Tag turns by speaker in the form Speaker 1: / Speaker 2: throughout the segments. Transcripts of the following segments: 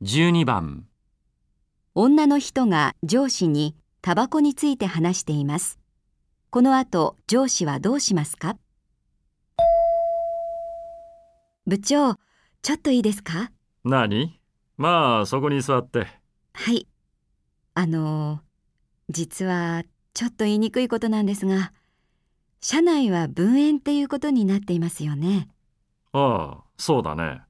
Speaker 1: 12番、
Speaker 2: 女の人が上司にタバコについて話しています。この後、上司はどうしますか部長、ちょっといいですか
Speaker 1: 何まあ、そこに座って。
Speaker 2: はい。あのー、実はちょっと言いにくいことなんですが、社内は分園っていうことになっていますよね。
Speaker 1: ああ、そうだね。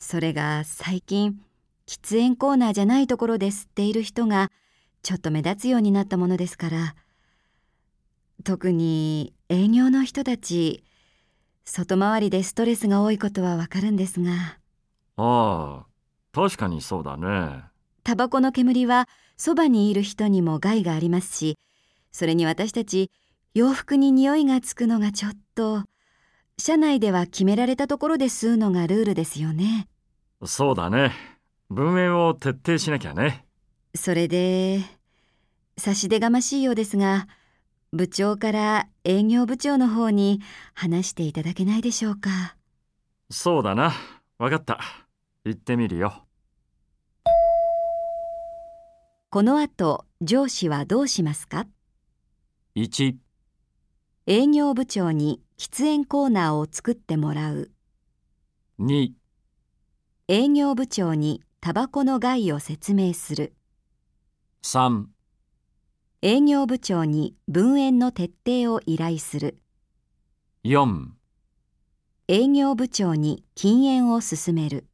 Speaker 2: それが最近、喫煙コーナーじゃないところで吸っている人がちょっと目立つようになったものですから、特に営業の人たち、外回りでストレスが多いことはわかるんですが、
Speaker 1: ああ、確かにそうだね。
Speaker 2: タバコの煙はそばにいる人にも害がありますしそれに私たち洋服に匂いがつくのがちょっと社内では決められたところで吸うのがルールですよね
Speaker 1: そうだね。文面を徹底しなきゃね。
Speaker 2: それで差し出がましいようですが部長から営業部長の方に話していただけないでしょうか
Speaker 1: そうだな。わかった。行ってみるよ。
Speaker 2: この後上司はどうしますか
Speaker 1: 1、
Speaker 2: 営業部長に喫煙コーナーを作ってもらう
Speaker 1: 2、
Speaker 2: 営業部長にタバコの害を説明する
Speaker 1: 3、
Speaker 2: 営業部長に分園の徹底を依頼する
Speaker 1: 4。
Speaker 2: 営業部長に禁煙を勧める